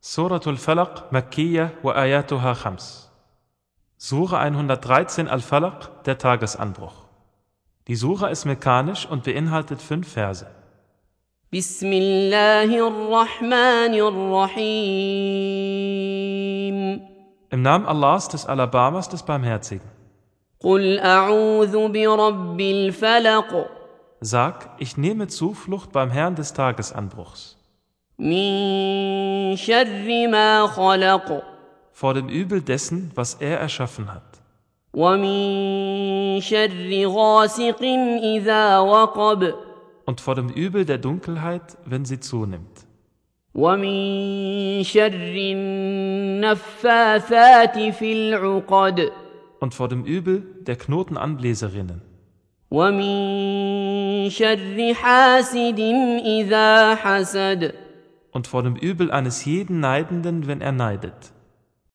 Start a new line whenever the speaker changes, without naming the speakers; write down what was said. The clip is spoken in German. Surah Al-Falaq, Makkiyah wa ayatuha khams. Sura 113 Al-Falaq, der Tagesanbruch. Die Sura ist mekanisch und beinhaltet fünf Verse.
بسم الله الرحمن الرحيم
Im Namen Allahs des Alabamas des Barmherzigen.
قل أعوذ برب الفلق
Sag, ich nehme Zuflucht beim Herrn des Tagesanbruchs,
من شر ما خلق
vor dem Übel dessen, was er erschaffen hat,
ومن شر غاسق إذا وقب
und vor dem Übel der Dunkelheit, wenn sie zunimmt,
ومن شر النفاثات في العقد
und vor dem Übel der Knotenanbläserinnen,
ومن شر حاسد إذا حسد
und vor dem Übel eines jeden Neidenden, wenn er neidet,